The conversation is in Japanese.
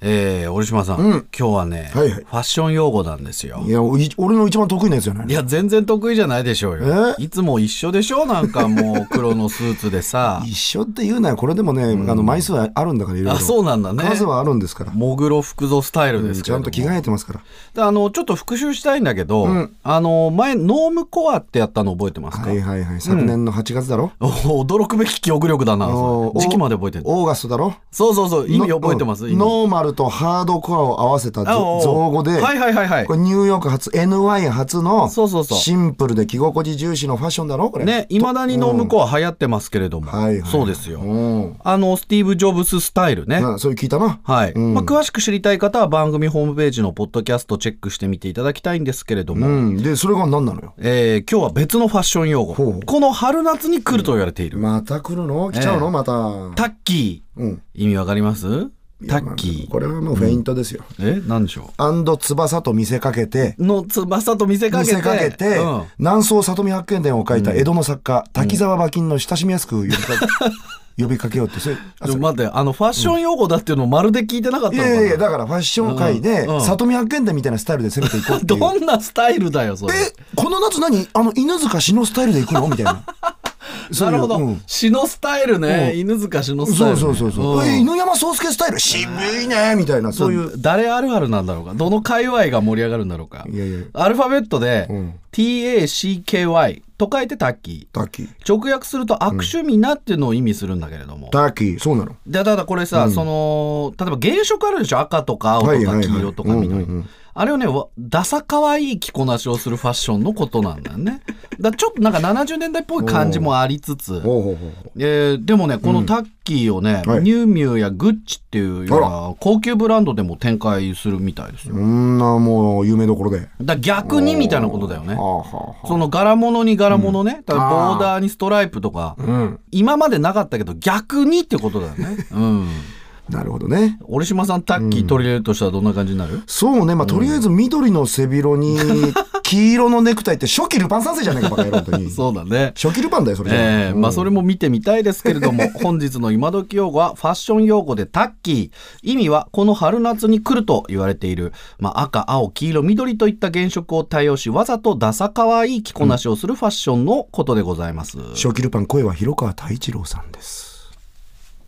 えー、折島さん、うん今日はね、はいはファいッション用語なんですよい。や、おい俺の一番得意なやつじゃないいや、全然得意じゃないでしょうよ。いつも一緒でしょなんかも 。う黒のスーツでさ一緒って言うならこれでもね、あの枚数はあるんだからいろいろあ、そうなんだね。数はあるんですから、もぐろ福蔵スタイルですけちれどゃんもと着替えてますからであのちょっと復習したいんだけど、うんあの前ノームコアってやったの覚えてますか、はいはいはい昨年の8月だろ、お驚くべき記憶力だなおー時期まで覚えてるオーガストだろそうそうそう意味覚えてます、の意味ノーマルとハードコアを合わせたあおうおう造語で、はいはいはいはいこれニューヨーク初 NY 初のそうそうそうシンプルで着心地重視のファッションだろこれねいまだにノームコア流行ってますけれども、はいはいはいそうですよ、うんあのスティーブ・ジョブススタイルね、なそういう聞いたなはい、うんまあ、詳しく知りたい方は番組ホームページのポッドキャストチェックしてみていただきたいんですけれども、うんでそれが何なのよえー今日は別のファッション用語ほうこの春夏に来ると言われている、また来るの来ちゃうの、ええまたタッキーうん意味わかりますいタやッまキあー。これはもうフェイントですよ、え何でしょアンド翼と見せかけてうの翼と見せか見けて。せかけて、うん南宋里見百犬伝を書いた江戸の作家、滝沢馬琴の親しみやすく呼びかけ 呼びかけようってそれあちそょう待って、あの、ファッション用語だっていうのをまるで聞いてなかったいのかやな、いやいやだからファッション界で、うんうん里見百犬伝みたいなスタイルで攻めていこうっていう どんなスタイルだよ、それ。えこの夏何あの犬塚詩のスタイルで行くのみたい なそうないるうほどうん。詩、のスタイルね。犬塚詩のスタイそル、うね。そうそうそう、んえ犬山宗介スタイル渋いねみたいなそういう誰あるあるなんだろうかどの界隈が盛り上がるんだろうかいやいやアルファベットで、ん TACKY と書いてタッキー滝直訳すると悪趣味なっていうのを意味するんだけれども、滝そうなのでただこれさ、その例えば原色あるでしょ赤とか青とはいはいかはい黄色とか緑、うんうんうあれをねわダサ可愛い着こなしをするファッションのことなんだよねだからちょっとなんか70年代っぽい感じもありつつ、ほうほうほうほえーでもねこのタッキーをね、はいミューミューやグッチっていうようあな高級ブランドでも展開するみたいですようそんなもう有名どころで、はだから逆にみたいなことだよねあはあはその柄物に柄物ね、ただあーボーダーにストライプとかあうん今までなかったけど逆にってことだよねうんなるほどね折島さんタッキー取り入れるとしたらどんな感じになる、そうね、まあ、とりあえず緑の背広に黄色のネクタイって初期ルパン三世じゃないかバカ野郎本当に 初そうだね期ルパンだよそれじゃええまあそれも見てみたいですけれど も本日の今時用語はファッション用語でタッキー意味はこの春夏に来ると言われている、まあ、赤青黄色緑といった原色を多用しわざとダサかわいい着こなしをするファッションのことでございます、初期ルパン声は広川太一郎さんです